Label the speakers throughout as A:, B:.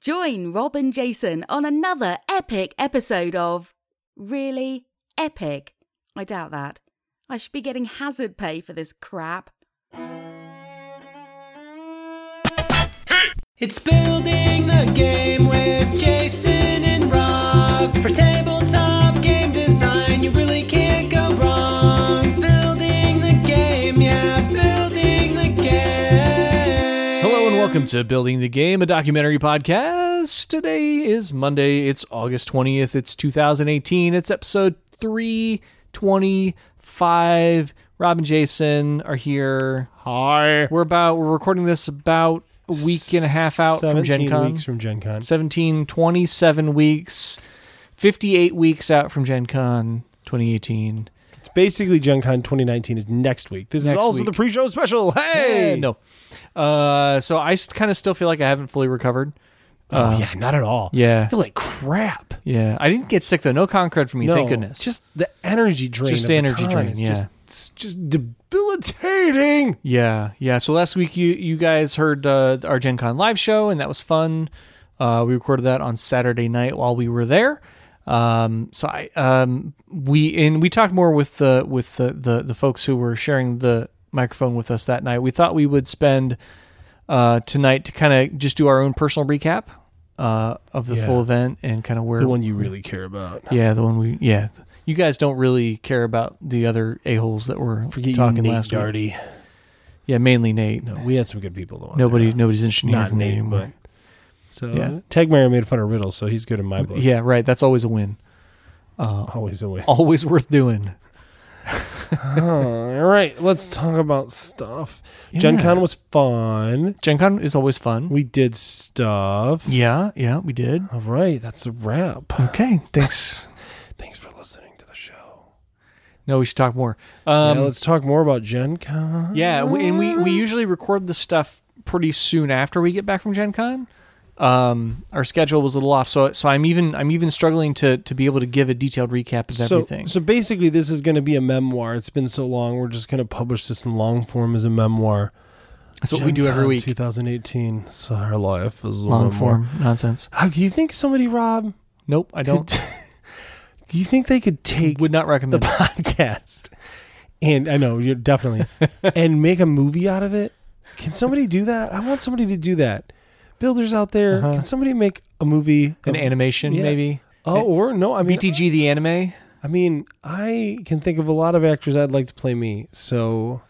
A: Join Rob and Jason on another epic episode of Really Epic. I doubt that. I should be getting hazard pay for this crap.
B: It's building the game with Jason and Rob. For tabletop game design, you really can't go wrong. Building the game, yeah, building the game.
C: Hello and welcome to Building the Game, a documentary podcast. Today is Monday. It's August 20th. It's 2018. It's episode 325. Rob and Jason are here.
D: Hi.
C: We're about we're recording this about a week and a half out from Gen Con.
D: weeks from Gen Con.
C: 17 27 weeks. 58 weeks out from Gen Con 2018.
D: It's basically Gen Con 2019 is next week. This
C: Next
D: is also
C: week.
D: the pre-show special. Hey.
C: Eh, No. Uh so I kind of still feel like I haven't fully recovered.
D: Oh yeah, not at all.
C: Uh, Yeah.
D: I feel like crap.
C: Yeah. I didn't get sick though. No concrete for me,
D: no,
C: thank goodness.
D: Just the energy drain.
C: Just
D: of
C: the
D: the
C: energy
D: con
C: drain,
D: is
C: yeah.
D: Just, it's just debilitating.
C: Yeah, yeah. So last week you you guys heard uh, our Gen Con live show, and that was fun. Uh, we recorded that on Saturday night while we were there. Um, so I um, we and we talked more with the with the, the the folks who were sharing the microphone with us that night. We thought we would spend uh, tonight to kind of just do our own personal recap uh, of the
D: Yeah.
C: full event and kind of where
D: The one you really care about.
C: yeah the one we yeah. You guys don't really care about the other a holes that were
D: Forget you,
C: talking
D: Nate
C: last week.
D: Darty.
C: Yeah, mainly Nate.
D: No, we had some good people though. on
C: Nobody,
D: there.
C: nobody's interested in hearing
D: not
C: from me
D: Nate,
C: anymore.
D: but so
C: Yeah.
D: Tegmeyer made fun of Riddle, so he's good in my book.
C: yeah, right. That's always a win.
D: always a win.
C: Always worth doing.
D: All right, let's talk about stuff. Gen
C: Yeah.
D: Con was fun.
C: Gen Con is always fun.
D: We did stuff.
C: yeah, yeah, we did.
D: All right, that's a wrap.
C: Okay, thanks.
D: Thanks for listening to the show.
C: no, we should talk more. Um,
D: yeah,
C: yeah,
D: let's talk more about Gen Con.
C: we, and we we usually record the stuff pretty soon after we get back from Gen Con. Um, our schedule was a little off, so so I'm even I'm even struggling to to be able to give a detailed recap of
D: So,
C: everything.
D: so basically, this is going to be a memoir. It's been so long. We're just going to publish this in long form as a memoir.
C: That's what we
D: Gen
C: do every
D: Con
C: week.
D: 2018. So our life is a
C: Long
D: memoir.
C: form nonsense.
D: How do you think somebody, Rob?
C: Nope, I
D: could-
C: don't.
D: do you think they could take
C: Would not
D: the
C: recommend. it.
D: podcast and I know you're definitely and make a movie out of it. Can somebody do that? I want somebody to do that. Builders out there,
C: Uh-huh.
D: can somebody make a movie?
C: An E
D: of-
C: animation,
D: Yeah.
C: maybe.
D: Oh, or no, I mean,
C: BTG the anime.
D: I mean, I can think of a lot of actors I'd like to play me. So,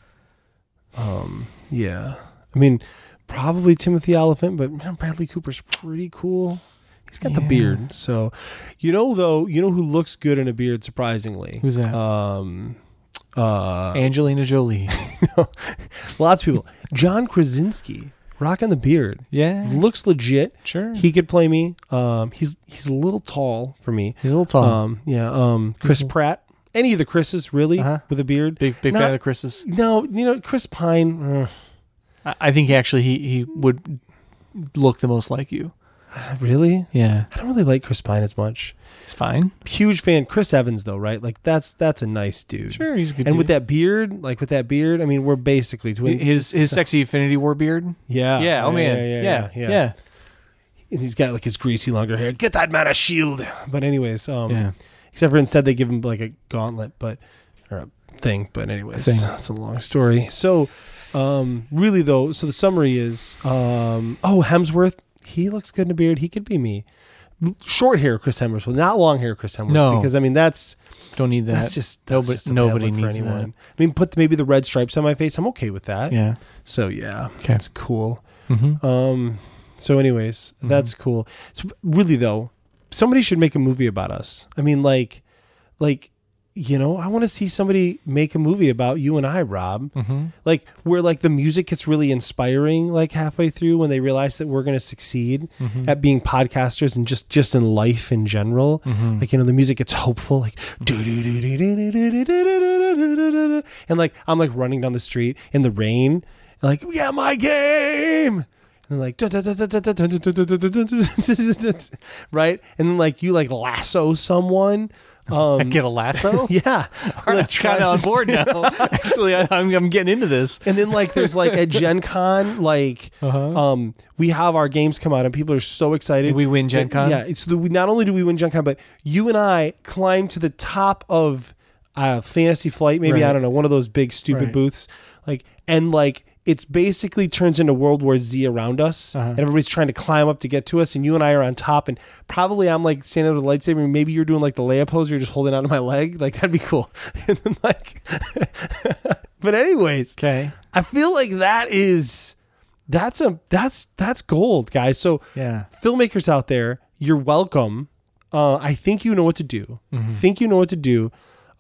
D: um, yeah, I mean, probably Timothy Oliphant, but man, Bradley Cooper's pretty cool. He's got the
C: Yeah.
D: beard, so you know though, you know who looks good in a beard, surprisingly.
C: Who's that?
D: Um, uh,
C: Angelina Jolie.
D: lots of people. John Krasinski, rocking the beard,
C: Yeah.
D: looks legit.
C: Sure.
D: He could play me. Um, he's he's a little tall for me.
C: He's a little tall.
D: Um, yeah. Um, Chris Pratt. Any of the Chris's really
C: Mm-hmm. Uh-huh.
D: with a beard.
C: big big
D: not-
C: fan of the Chris's.
D: No, you know Chris Pine. uh,
C: I, I think actually he he would look the most like you.
D: uh, really,
C: Yeah.
D: I don't really like Chris Pine as much.
C: It's fine.
D: Huge fan, Chris Evans though, right? Like that's that's a nice dude.
C: Sure, he's a good.
D: And with that beard, like with that beard, I mean, we're basically twins.
C: his his sexy affinity war beard.
D: yeah,
C: yeah. Oh man. Yeah. Yeah. Yeah.
D: And he's got like his greasy longer hair. Get that man a shield. But anyways, um,
C: Yeah.
D: except for instead they give him like a gauntlet, but or a thing. But anyways,
C: Thing.
D: that's a long story. So, um, really though, so the summary is, um, oh Hemsworth, he looks good in a beard. He could be me. L- Short hair, Chris Hemsworth, not long hair, Chris Hemsworth.
C: No.
D: because I mean that's
C: Don't need that.
D: that's just that's
C: nobody
D: just a bad
C: nobody
D: look for
C: needs
D: anyone. I mean, put maybe the red stripes on my face. I'm okay with that.
C: that. Yeah.
D: So yeah,
C: Okay.
D: that's cool.
C: hmm
D: Um. So, anyways, that's cool. So, really though, somebody should make a movie about us. I mean, like, like, you know, I want to see somebody make a movie about you and I, Rob.
C: hmm
D: Like, where like the music gets really inspiring, like halfway through when they realize that we're going to succeed
C: Mm-hmm.
D: at being podcasters and just just in life in general.
C: Mm-hmm.
D: Like, you know, the music gets hopeful, like, do-do-do-do-do-do-do-do-do-do-do-do-do-do. and like I'm like running down the street in the rain, like, yeah, my game. And then like "Dun, dun, dun, dun, dun, dun, dun, dun, dun, dun, dun, dun, dun, dun, dun," right, and then like you like lasso someone, um,
C: I get a lasso.
D: Yeah,
C: I'm kind of on board now. Actually, I, I'm, I'm getting into this.
D: And then like there's like at Gen Con, like
C: Uh-huh.
D: um we have our games come out and people are so excited.
C: We win Gen
D: That-
C: Con?
D: Yeah, it's the we- not only do we win Gen Con, but you and I climb to the top of uh Fantasy Flight, maybe I
C: Right.
D: don't know, one of those big stupid
C: Right.
D: booths. Like and like it's basically turns into World War Z around us,
C: Uh-huh.
D: and everybody's trying to climb up to get to us, and you and I are on top, and probably I'm like standing with a lightsaber, and maybe you're doing like the layup pose, you're just holding onto my leg, like that'd be cool. And then like, but anyways,
C: Okay.
D: I feel like that is that's a that's that's gold, guys. So
C: Yeah.
D: filmmakers out there, you're welcome. Uh, I think you know what to do. Think you know what to do.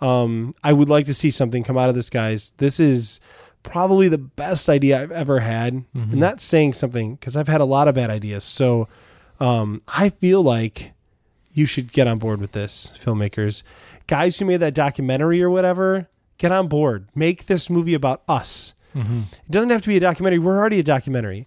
D: Um, I would like to see something come out of this, guys. This is probably the best idea I've ever had, and that's saying something because I've had a lot of bad ideas. So um, I feel like you should get on board with this, filmmakers. Guys who made that documentary or whatever, get on board. Make this movie about us. It doesn't have to be a documentary. We're already a documentary.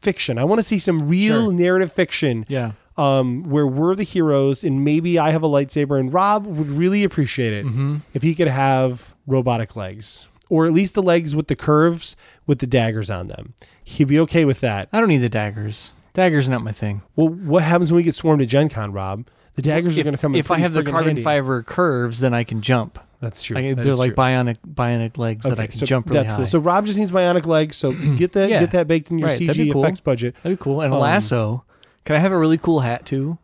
D: Fiction. I want to see some real
C: Sure.
D: narrative fiction
C: Yeah.
D: um, where we're the heroes and maybe I have a lightsaber and Rob would really appreciate it
C: Mm-hmm.
D: if he could have robotic legs or at least the legs with the curves with the daggers on them. He'd be okay with that.
C: I don't need the daggers. Daggers not my thing.
D: Well, what happens when we get swarmed at Gen Con, Rob? The daggers are
C: if,
D: going to come in
C: If I
D: pretty
C: have the
D: friggin'
C: carbon
D: handy.
C: fiber curves, then I can jump.
D: That's true.
C: I can-
D: That
C: they're
D: is
C: like
D: true.
C: bionic bionic legs that I can
D: so
C: jump really
D: that's
C: high.
D: cool. So Rob just needs bionic legs. So get that
C: Yeah.
D: get that baked in your
C: Right, that'd be
D: CG
C: cool.
D: effects budget.
C: That'd be cool. And a
D: Um,
C: lasso. Can I have a really cool hat too?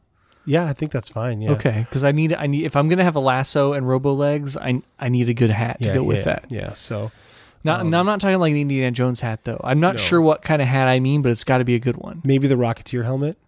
D: Yeah, I think that's fine. Yeah.
C: Okay, because I need I need if I'm gonna have a lasso and robo legs, I I need a good hat to
D: Yeah,
C: go with
D: yeah,
C: that.
D: Yeah. So
C: Not now I'm not talking like an Indiana Jones hat though. I'm not
D: No.
C: sure what kind of hat I mean, but it's got to be a good one.
D: maybe the Rocketeer helmet.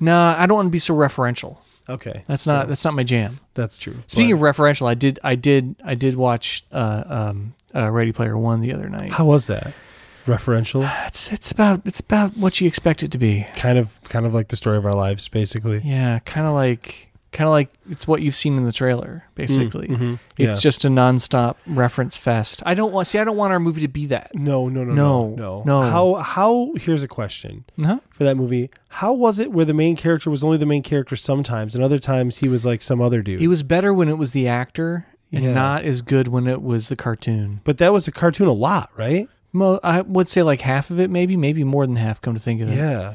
C: Nah, I don't want to be so referential.
D: Okay.
C: That's
D: So
C: not that's not my jam.
D: that's true.
C: Speaking
D: But-
C: of referential, I did I did I did watch uh, um, uh, Ready Player One the other night.
D: How was that? Referential,
C: It's it's about it's about what you expect it to be.
D: kind of, kind of like the story of our lives, basically.
C: Yeah, kind of like kind of like it's what you've seen in the trailer. Basically,
D: mhm,
C: it's
D: yeah.
C: just a nonstop reference fest. I don't want see. I don't want our movie to be that.
D: No, no, no, no,
C: No,
D: no,
C: no.
D: How? How? Here's a question
C: Huh?
D: for that movie. How was it where the main character was only the main character sometimes, and other times he was like some other dude?
C: It was better when it was the actor, and
D: Yeah.
C: not as good when it was the cartoon.
D: but that was a cartoon a lot, right?
C: Mo- I would say like half of it, maybe maybe more than half. Come to think of it,
D: Yeah.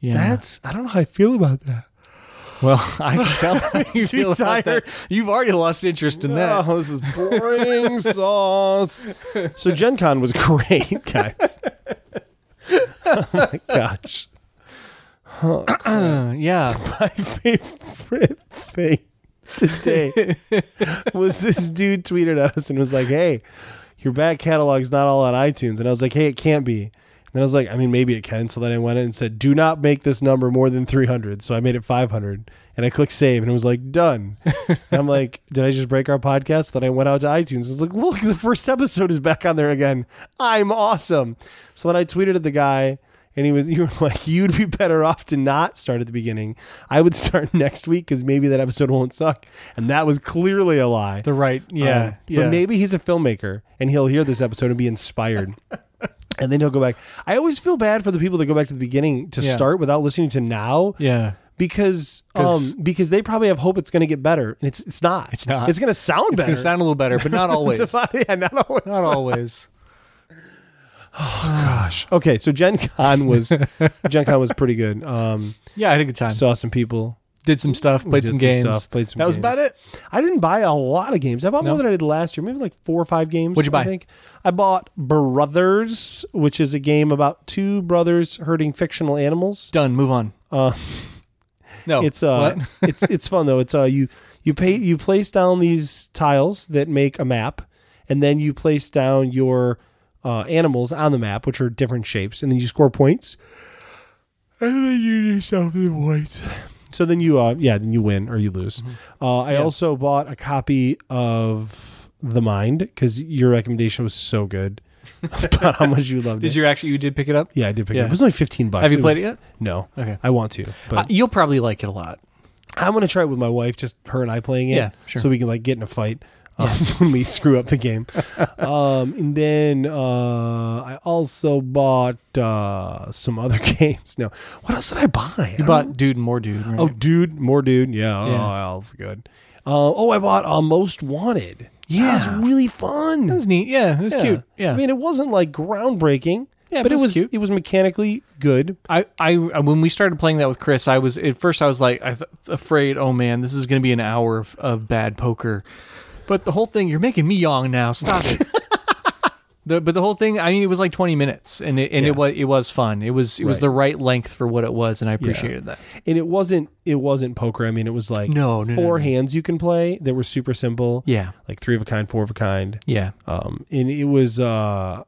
C: yeah.
D: That's. I don't know how I feel about that.
C: Well, I can tell how you
D: me
C: feel about
D: tired.
C: that. You've already lost interest in that.
D: Oh, this is boring sauce. So Gen Con was great, guys. oh my gosh.
C: Uh, yeah.
D: my favorite thing today was this dude tweeted at us and was like, "Hey, your back catalog's not all on iTunes." And I was like, "Hey, it can't be." And I was like, "I mean, maybe it can." So then I went in and said, "Do not make this number more than 300." So I made it 500, and I clicked save, and it was like done. and I'm like, "Did I just break our podcast?" Then I went out to iTunes. I was like, "Look, the first episode is back on there again. I'm awesome." So then I tweeted at the guy. And he was, you were like, you'd be better off to not start at the beginning. I would start next week because maybe that episode won't suck. And that was clearly a lie.
C: The right. Yeah.
D: Um,
C: yeah.
D: But maybe he's a filmmaker and he'll hear this episode and be inspired. and then he'll go back. I always feel bad for the people that go back to the beginning to
C: Yeah.
D: start without listening to now
C: Yeah.
D: because
C: 'Cause-
D: um because they probably have hope it's going to get better and it's it's not.
C: It's not.
D: It's going to sound
C: It's
D: better.
C: going to sound a little better, but not always.
D: It's about- yeah, not always.
C: not always.
D: Okay, so Gen Con was Gen Con was pretty good. Um
C: Yeah, I had a good time.
D: saw some people.
C: did some stuff, played
D: did
C: some
D: some
C: games.
D: stuff, played some
C: that was
D: games.
C: about it.
D: I didn't buy a lot of games. I bought
C: No?
D: more than I did last year, maybe like four or five games.
C: What'd you buy?
D: I think I bought Brothers, which is a game about two brothers herding fictional animals.
C: Done. Move on.
D: Uh,
C: no.
D: it's uh,
C: Oh, what?
D: it's it's fun though. It's uh, you you pay you place down these tiles that make a map, and then you place down your uh, animals on the map, which are different shapes, and then you score points. And then you do something white. So then you, uh, yeah, then you win or you lose.
C: Mm-hmm.
D: Uh, I also bought a copy of The Mind because your recommendation was so good about how much you loved
C: did
D: it.
C: you actually? You did pick it up.
D: yeah, I did pick it
C: Yeah.
D: up. It was only fifteen bucks.
C: Have you played
D: was-
C: it yet?
D: No.
C: Okay.
D: I want to, but
C: Uh, you'll probably like it a lot.
D: I'm gonna try it with my wife, just her and I playing it.
C: Yeah, sure.
D: So we can like get in a fight. um, when we screw up the game. um, and then uh, I also bought uh, some other games. No, what else did I buy?
C: You bought Dude and More Dude. Right?
D: Oh, dude, more dude. Yeah,
C: Yeah.
D: oh, that's good. Uh, oh, I bought uh, Most Wanted. Yeah, it was really fun.
C: that was neat. Yeah, it was
D: Yeah.
C: cute. Yeah.
D: I mean, it wasn't like groundbreaking.
C: Yeah,
D: but
C: but
D: it
C: it's
D: was
C: cute.
D: it was mechanically good.
C: I, I uh, when we started playing that with Chris, I was at first I was like I th- afraid. Oh man, this is going to be an hour of, of bad poker. But the whole thing, you're making me yawn now. Stop it. the, but the whole thing, I mean, it was like 20 minutes, and it and
D: Yeah.
C: it was it was fun. It was it was
D: Right.
C: the right length for what it was, and I appreciated that.
D: And it wasn't it wasn't poker. I mean, it was like
C: No, no, no,
D: four
C: no.
D: hands you can play that were super simple.
C: Yeah,
D: Like three of a kind, four of a kind.
C: yeah,
D: Um and it was uh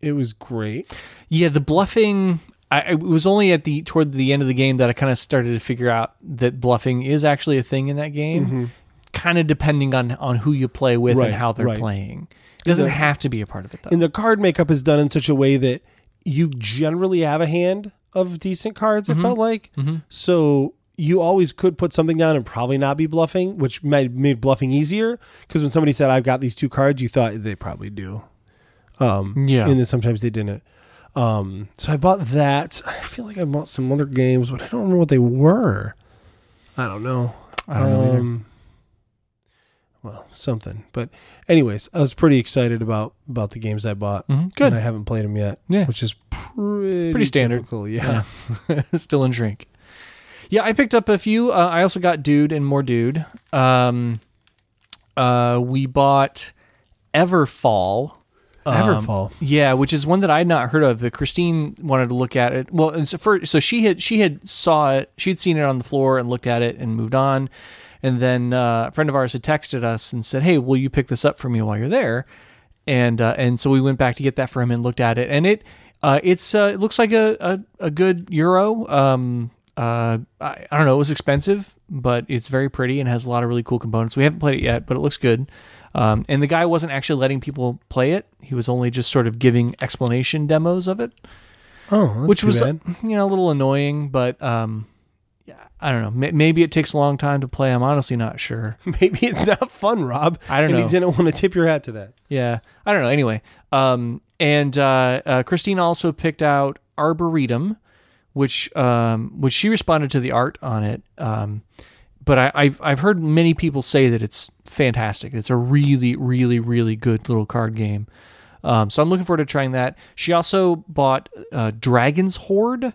D: it was great.
C: yeah. The bluffing. I, I- it was only at the toward the end of the game that I kind of started to figure out that bluffing is actually a thing in that game. Kind of depending on on who you play with
D: Mm-hmm. Right,
C: and how they're
D: right.
C: playing. It doesn't
D: The-
C: have to be a part of it though.
D: And the card makeup is done in such a way that you generally have a hand of decent cards,
C: Mm-hmm.
D: it felt like. So you always could put something down and probably not be bluffing, which made, made bluffing easier. Because when somebody said, I've got these two cards, you thought they probably do. Um,
C: Yeah.
D: and then sometimes they didn't. Um, so I bought that. I feel like I bought some other games, but I don't remember what they were. I don't know.
C: I don't know either.
D: um, well, something. But anyways, I was pretty excited about about the games I bought.
C: Mhm. Good.
D: And I haven't played them yet.
C: Yeah.
D: Which is pretty
C: Pretty standard.
D: typical, Yeah. um,
C: Still in drink. Yeah, I picked up a few. Uh, I also got Dude and more Dude. Um, uh, we bought Everfall. Um,
D: Everfall.
C: yeah, which is one that I had not heard of, but Christine wanted to look at it. Well, and so, for, so she had she had saw it, she'd seen it on the floor and looked at it and moved on. And then uh, a friend of ours had texted us and said, "Hey, will you pick this up for me while you're there?" And uh, and so we went back to get that for him and looked at it, and it uh, it's uh, it looks like a, a, a good euro. Um, uh, I, I don't know, it was expensive, but it's very pretty and has a lot of really cool components. We haven't played it yet, but it looks good. Um, and the guy wasn't actually letting people play it. He was only just sort of giving explanation demos of it,
D: Oh, that's
C: which
D: too
C: was
D: bad.
C: you know a little annoying. But um, yeah, I don't know. May maybe it takes a long time to play. I'm honestly not sure.
D: maybe it's not fun, Rob.
C: I don't
D: and
C: know.
D: you didn't want to tip your hat to that.
C: Yeah, I don't know. Anyway, um, and uh, uh, Christine also picked out Arboretum, which um, which she responded to the art on it. Um, but I, I've I've heard many people say that it's fantastic. It's a really really really good little card game. Um, so I'm looking forward to trying that. She also bought uh, Dragon's Horde,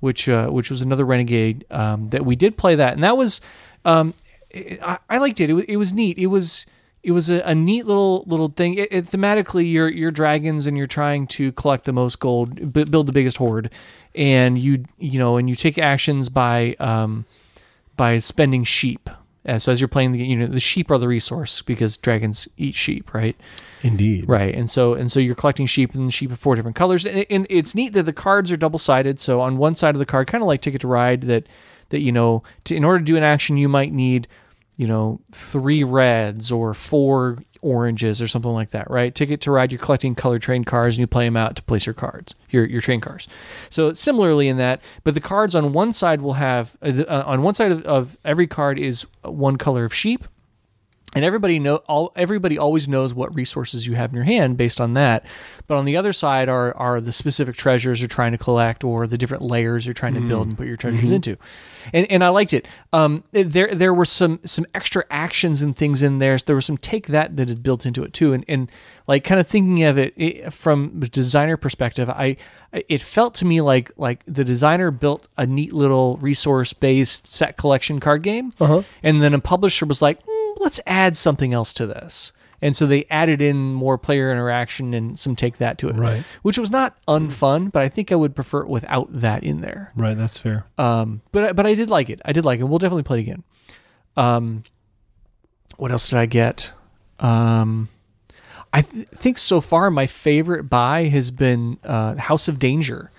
C: which uh, which was another Renegade um, that we did play that, and that was um, it, I, I liked it. It was, it was neat. It was it was a, a neat little little thing. It, it, thematically, you're you're dragons and you're trying to collect the most gold, b- build the biggest horde, and you you know and you take actions by um, by spending sheep. Uh, so as you're playing the game, you know the sheep are the resource because dragons eat sheep, right?
D: Indeed.
C: Right, and so and so you're collecting sheep, and the sheep of four different colors, and, and it's neat that the cards are double sided. So on one side of the card, kind of like Ticket to Ride, that that you know, to, in order to do an action, you might need, you know, three reds or four oranges or something like that. Right, Ticket to Ride, you're collecting color train cars, and you play them out to place your cards, your your train cars. So similarly in that, but the cards on one side will have uh, the- uh, on one side of, of every card is one color of sheep, and everybody know all everybody always knows what resources you have in your hand based on that but on the other side are are the specific treasures you're trying to collect or the different layers you're trying to build and put your treasures into and and I liked it um it- there there were some some extra actions and things in there there was some take that that is built into it too and and like kind of thinking of it, it from the designer perspective I it felt to me like like the designer built a neat little resource based set collection card game and then a publisher was like "Mm, let's add something else to this. And so they added in more player interaction and some take that to it,
D: Right.
C: Which was not unfun, but I think I would prefer it without that in there.
D: Right. That's fair.
C: Um, but I- but I did like it. I did like it. We'll definitely play it again. Um, what else did I get? Um, I th- think so far my favorite buy has been uh, House of Danger.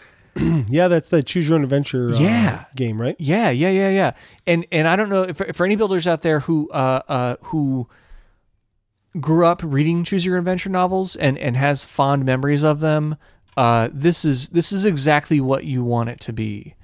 D: Yeah, that's the choose your own adventure. Uh,
C: Yeah.
D: Game, right?
C: Yeah, yeah, yeah, yeah. And and I don't know if for any builders out there who uh uh who grew up reading choose your Own adventure novels and and has fond memories of them, uh this is this is exactly what you want it to be.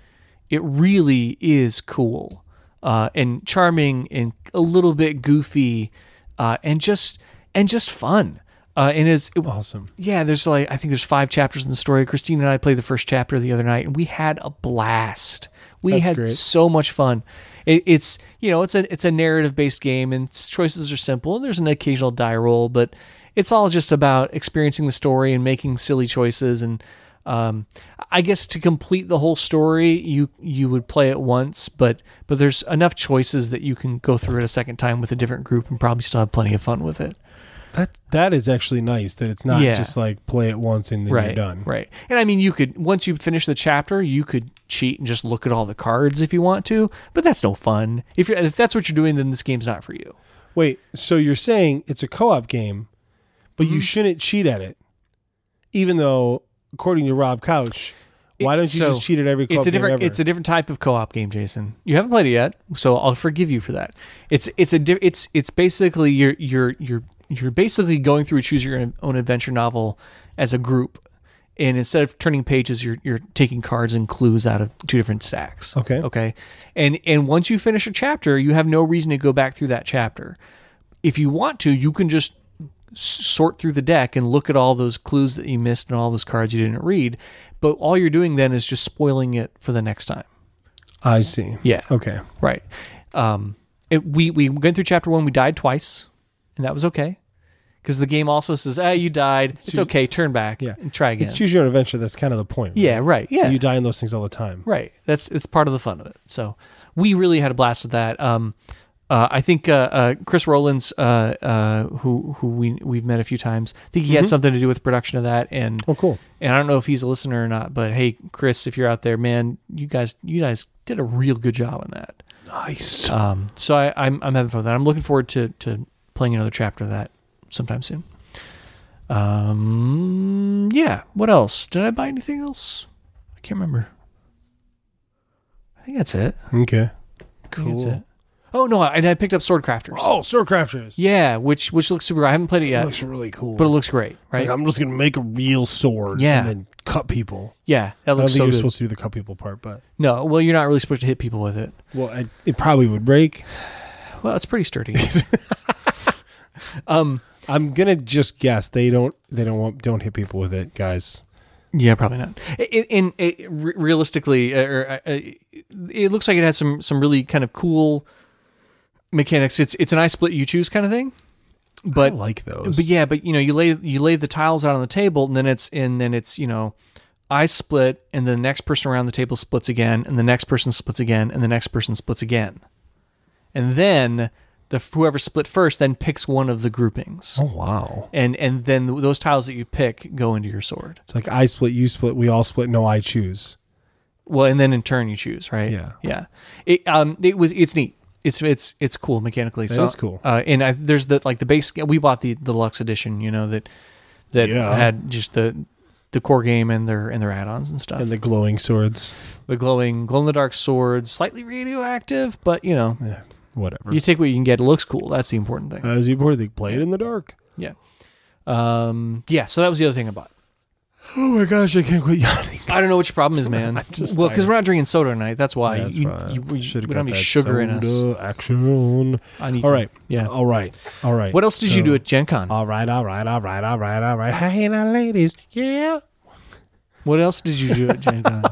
C: It really is cool. Uh and charming and a little bit goofy uh and just and just fun. Uh, and is it,
D: Awesome.
C: yeah, there's like I think there's five chapters in the story. Christine and I played the first chapter the other night, and we had a blast. We
D: That's
C: had
D: great.
C: so much fun. It, it's you know it's a it's a narrative based game, and its choices are simple. And there's an occasional die roll, but it's all just about experiencing the story and making silly choices. And um, I guess to complete the whole story, you you would play it once, but but there's enough choices that you can go through it a second time with a different group and probably still have plenty of fun with it.
D: That that is actually nice that it's not
C: Yeah.
D: just like play it once and then you're done.
C: Right. And I mean, you could once you finish the chapter, you could cheat and just look at all the cards if you want to, but that's no fun. If you're, if that's what you're doing, then this game's not for you.
D: Wait, so you're saying it's a co-op game, but
C: Mm-hmm.
D: you shouldn't cheat at it, even though, according to Rob Couch, why
C: It-
D: don't you
C: so,
D: just cheat at every co-op
C: It's a
D: game
C: different
D: ever?
C: it's a different type of co-op game, Jason. You haven't played it yet, so I'll forgive you for that. It's it's a di- it's it's basically you're you're you're you're basically going through a choose your own adventure novel as a group. And instead of turning pages, you're you're taking cards and clues out of two different stacks.
D: Okay.
C: Okay. And and once you finish a chapter, you have no reason to go back through that chapter. If you want to, you can just s- sort through the deck and look at all those clues that you missed and all those cards you didn't read. But all you're doing then is just spoiling it for the next time.
D: I see.
C: Yeah.
D: Okay.
C: Right. Um, it, we we went through chapter one. We died twice, and that was okay, because the game also says, "Ah, you died. It's,
D: choose-
C: okay. Turn back.
D: Yeah.
C: and try again."
D: It's choose your own adventure. That's kind of the point. right?
C: yeah. Right. Yeah.
D: You die in those things all the time.
C: Right. That's it's part of the fun of it. So we really had a blast with that. Um, uh, I think uh, uh, Chris Rowlands, uh, uh, who who we we've met a few times, I think he had something to do with production of that. And
D: Oh, cool.
C: and I don't know if he's a listener or not, but hey, Chris, if you're out there, man, you guys you guys did a real good job on that.
D: Nice.
C: Um, so I, I'm I'm having fun with that. I'm looking forward to to playing another chapter of that sometime soon. Um, yeah. What else? Did I buy anything else? I can't remember. I think that's it.
D: Okay.
C: I think that's
D: Cool.
C: it. Oh no, and I picked up Sword Crafters.
D: Oh, sword crafters.
C: Yeah, which which looks super. I haven't played it yet,
D: looks really cool.
C: but it looks great,
D: It's like,
C: right?
D: I'm just gonna make a real sword.
C: Yeah.
D: And then cut people.
C: yeah, that
D: I don't
C: looks
D: think
C: so
D: you're
C: good.
D: supposed to do the cut people part, but
C: no, well, you're not really supposed to hit people with it.
D: well, I, it probably would break.
C: Well, it's pretty sturdy. um,
D: I'm gonna just guess they don't. They don't want. Don't hit people with it, guys.
C: Yeah, probably not. In, in, it- re- realistically, uh, or, uh, it looks like it has some some really kind of cool mechanics. It's it's an I split you choose kind of thing, but
D: I like those.
C: but yeah, but you know you lay you lay the tiles out on the table, and then it's and then it's you know I split, and the next person around the table splits again, and the next person splits again, and the next person splits again, and then the whoever split first then picks one of the groupings.
D: Oh wow.
C: And and then those tiles that you pick go into your sword.
D: It's like I split, you split, we all split. No, I choose.
C: well and then in turn you choose right
D: Yeah.
C: yeah it um it was it's neat it's it's it's cool mechanically so
D: is cool.
C: uh and I, there's the like the base we bought the the deluxe edition you know that that
D: Yeah.
C: had just the the core game and their and their add-ons and stuff
D: And the glowing swords.
C: the glowing glow in the dark swords slightly radioactive but you know
D: Yeah, Eh, Uh. whatever.
C: you take what you can get it looks cool that's the important thing
D: As you were, they play it in the dark.
C: yeah um yeah so that was the other thing i bought
D: Oh my gosh, I can't quit yawning.
C: I don't know what your problem is, man.
D: just
C: well, because
D: tired.
C: we're not drinking soda tonight. That's why.
D: That's
C: you,
D: right.
C: you- we, we
D: Should've
C: don't
D: got
C: have any
D: that
C: sugar in us.
D: soda Action.
C: I need
D: All
C: to-
D: right.
C: Yeah.
D: All right. All right.
C: What else did you
D: So-
C: do at Gen Con?
D: All right. All right. All right. All right. All right. Hey now, ladies. Yeah.
C: What else did you do at Gen Con?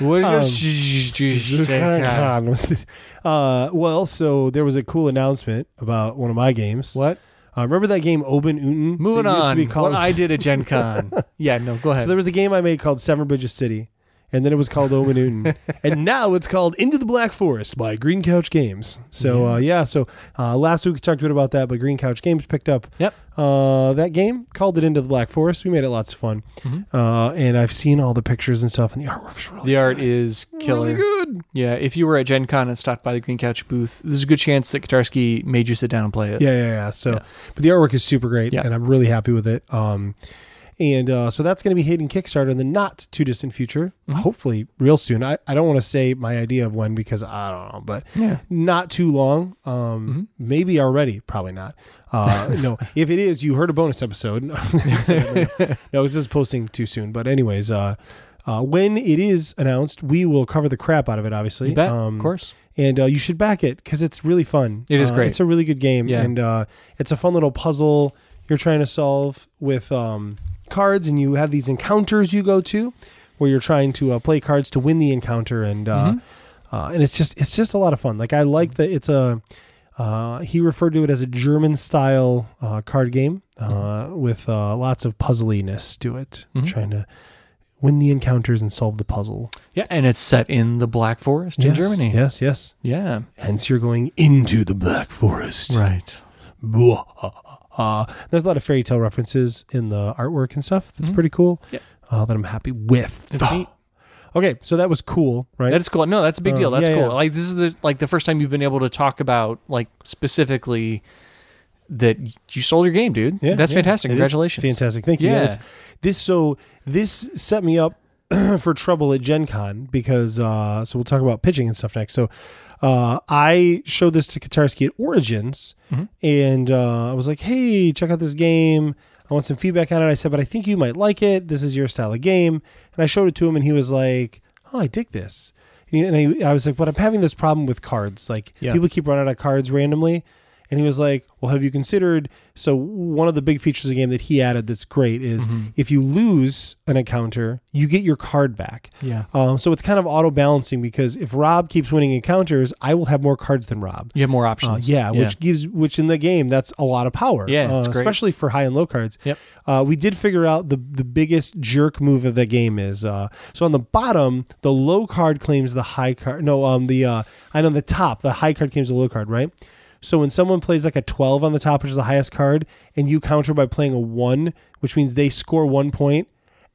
C: what else did you do at Um, Gen Con?
D: Uh, well, so there was a cool announcement about one of my games.
C: What?
D: Uh, remember that game Open Unten?
C: Moving
D: It
C: on. What I did at Gen Con. yeah, no, go ahead.
D: So there was a game I made called Seven Bridges City, and then it was called Omen Newton, and now it's called Into the Black Forest by Green Couch Games. So uh, yeah, so uh, last week we talked a bit about that, but Green Couch Games picked up
C: Yep.
D: uh, that game, called it Into the Black Forest. We made it lots of fun, uh, and I've seen all the pictures and stuff, and the artwork's really
C: Mm-hmm. the art is
D: really
C: killer.
D: good.
C: yeah, if you were at Gen Con and stopped by the Green Couch booth, there's a good chance that Katarski made you sit down and play it.
D: Yeah, yeah, yeah. So,
C: Yeah.
D: but the artwork is super great,
C: Yeah.
D: and I'm really happy with it. Um, and uh, so that's going to be hidden Kickstarter in the not too distant future,
C: Mm-hmm.
D: hopefully real soon. I, I don't want to say my idea of when because I don't know, but
C: Yeah. Mm-hmm.
D: not too long. Um, maybe already, probably not. Uh, no, if it is, you heard a bonus episode. no, it's just posting too soon. But anyways, uh, Uh, when it is announced, we will cover the crap out of it. Obviously,
C: You bet, of course.
D: And uh, you should back it because it's really fun.
C: It is
D: Uh,
C: great.
D: It's a really good game,
C: Yeah.
D: and uh, it's a fun little puzzle you're trying to solve with um, cards, and you have these encounters you go to where you're trying to uh, play cards to win the encounter, and uh,
C: Mm-hmm.
D: uh, and it's just it's just a lot of fun. Like I like that it's a. Uh, he referred to it as a German style uh, card game uh,
C: Mm-hmm.
D: with uh, lots of puzzliness to it, trying to win the encounters and solve the puzzle.
C: Yeah, and it's set in the Black Forest in
D: Yes,
C: Germany.
D: Yes, yes.
C: Yeah.
D: Hence, you're going into the Black Forest.
C: Right.
D: Bwah-ha-ha-ha. There's a lot of fairy tale references in the artwork and stuff. That's pretty cool.
C: Yep.
D: Uh, that I'm happy with.
C: It's neat.
D: Okay, so that was cool, right?
C: That is cool. No, that's a big deal.
D: Uh,
C: That's
D: yeah,
C: cool.
D: yeah.
C: Like this is the like the first time you've been able to talk about like specifically that y- you sold your game, dude. that's fantastic.
D: It is
C: Congratulations.
D: Fantastic. Thank you.
C: Yeah.
D: this- this so this set me up for trouble at Gen Con because uh so we'll talk about pitching and stuff next. So uh I showed this to Katarski at Origins
C: Mm-hmm.
D: and uh I was like, "Hey, check out this game. I want some feedback on it." I said, "But I think you might like it. This is your style of game." And I showed it to him and he was like, "Oh, I dig this." And, he, and I, I was like, "But I'm having this problem with cards. Like
C: Yeah.
D: people keep running out of cards randomly." And he was like, Well, have you considered? So, one of the big features of the game that he added that's great is if you lose an encounter, you get your card back.
C: Yeah.
D: Um, so, it's kind of auto balancing because if Rob keeps winning encounters, I will have more cards than Rob.
C: You have more
D: Uh,
C: options.
D: yeah, which gives which in the game that's a lot of power.
C: Yeah, it's
D: uh,
C: great.
D: especially for high and low cards.
C: Yep.
D: Uh, we did figure out the the biggest jerk move of the game is uh, so on the bottom the low card claims the high card. No, um, the uh, and on the top the high card claims the low card, right? So when someone plays like a twelve on the top, which is the highest card, and you counter by playing a one, which means they score one point,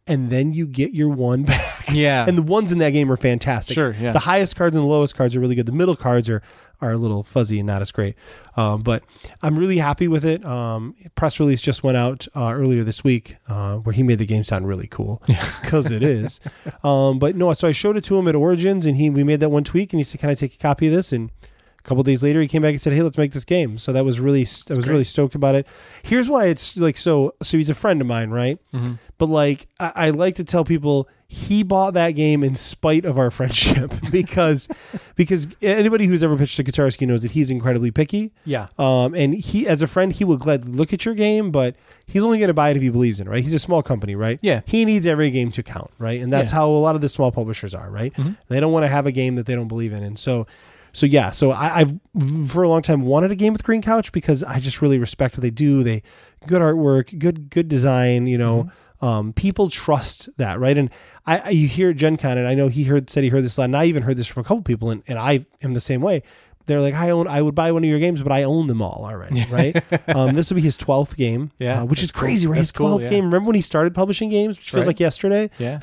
D: and then you get your one back.
C: yeah.
D: And the ones in that game are fantastic.
C: Sure, yeah.
D: The highest cards and the lowest cards are really good. The middle cards are are a little fuzzy and not as great. Um, but I'm really happy with it. Um, press release just went out uh, earlier this week uh, where he made the game sound really cool because it is. Um, but no, so I showed it to him at Origins and he we made that one tweak and he said, "Can I take a copy of this?" and a couple days later, he came back and said, "Hey, let's make this game." So that was really, I was really stoked about it. Here's why it's like so. So he's a friend of mine, right?
C: Mm-hmm.
D: But like, I, I like to tell people he bought that game in spite of our friendship because, because anybody who's ever pitched to Katarski knows that he's incredibly picky.
C: yeah.
D: Um, and he, as a friend, he will gladly look at your game, but he's only going to buy it if he believes in it, right? He's a small company, right?
C: Yeah.
D: He needs every game to count, right? And that's
C: Yeah. Mm-hmm.
D: how a lot of the small publishers are, right? They don't want to have a game that they don't believe in. And so, so yeah, so I, I've v- for a long time wanted a game with Green Couch because I just really respect what they do. They good artwork, good good design, you know.
C: Mm-hmm.
D: Um, people trust that, right? And I, I you hear at Gen Con, and I know he heard said he heard this a lot, and I even heard this from a couple people, and, and I am the same way they're like, I own, I would buy one of your games, but I own them all already, right? um, this will be his twelfth game,
C: Yeah,
D: uh, which is crazy, right?
C: That's
D: His
C: cool,
D: twelfth
C: yeah.
D: game. Remember when he started publishing games, which feels
C: Right.
D: like yesterday.
C: Yeah.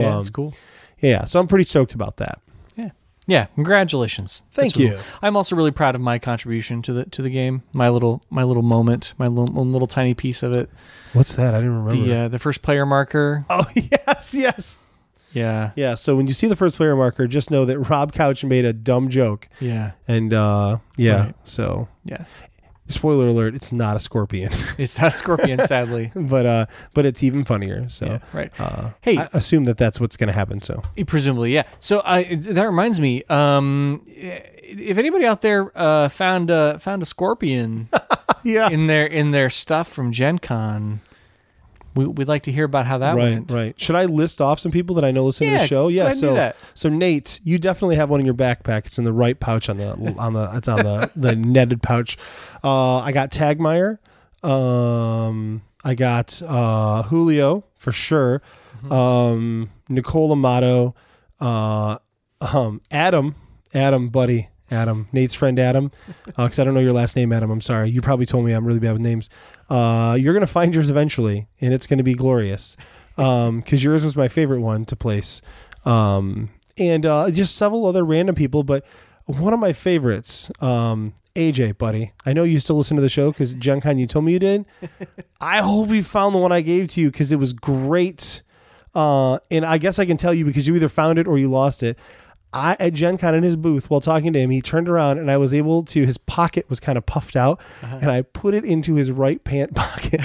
C: Yeah,
D: um,
C: it's cool.
D: yeah, so I'm pretty stoked about that.
C: Yeah. Yeah. Congratulations.
D: Thank
C: That's really-
D: you.
C: I'm also really proud of my contribution to the to the game. My little my little moment, my little, little tiny piece of it.
D: What's that? I didn't remember.
C: The uh, the first player marker.
D: oh yes, yes,
C: Yeah.
D: yeah. So when you see the first player marker, just know that Rob Couch made a dumb joke,
C: Yeah.
D: and uh, yeah,
C: Right.
D: so
C: Yeah.
D: spoiler alert, it's not a scorpion,
C: It's not a scorpion, sadly.
D: but uh, but it's even funnier. So.
C: Yeah, right.
D: Uh,
C: Hey.
D: I assume that that's what's going to happen. So
C: Presumably, yeah. So I that reminds me. Um, if anybody out there uh, found a found a scorpion
D: yeah,
C: in their in their stuff from Gen Con, we, we'd like to hear about how that
D: right,
C: went.
D: Right. Should I list off some people that I know listen to
C: Yeah,
D: the show?
C: go
D: Yeah.
C: ahead and do
D: So,
C: that.
D: so Nate, you definitely have one in your backpack. It's in the right pouch on the on the it's on the the netted pouch. Uh, I got Tagmeyer. Um, I got uh, Julio for sure.
C: Mm-hmm.
D: Um, Nicola Amato. Uh, um, Adam, Adam, buddy, Adam, Nate's friend, Adam. Because I don't know your last name, Adam. I'm sorry. You probably told me I'm really bad with names. Uh, you're gonna find yours eventually, and it's gonna be glorious. Um, because yours was my favorite one to place. Um, and uh, just several other random people, but one of my favorites, um, AJ, buddy. I know you still listen to the show because Gen Con, you told me you did. I hope you found the one I gave to you because it was great. Uh, and I guess I can tell you because you either found it or you lost it. I at Gen Con in his booth while talking to him, he turned around and I was able to his pocket was kind of puffed out and I put it into his right pant pocket.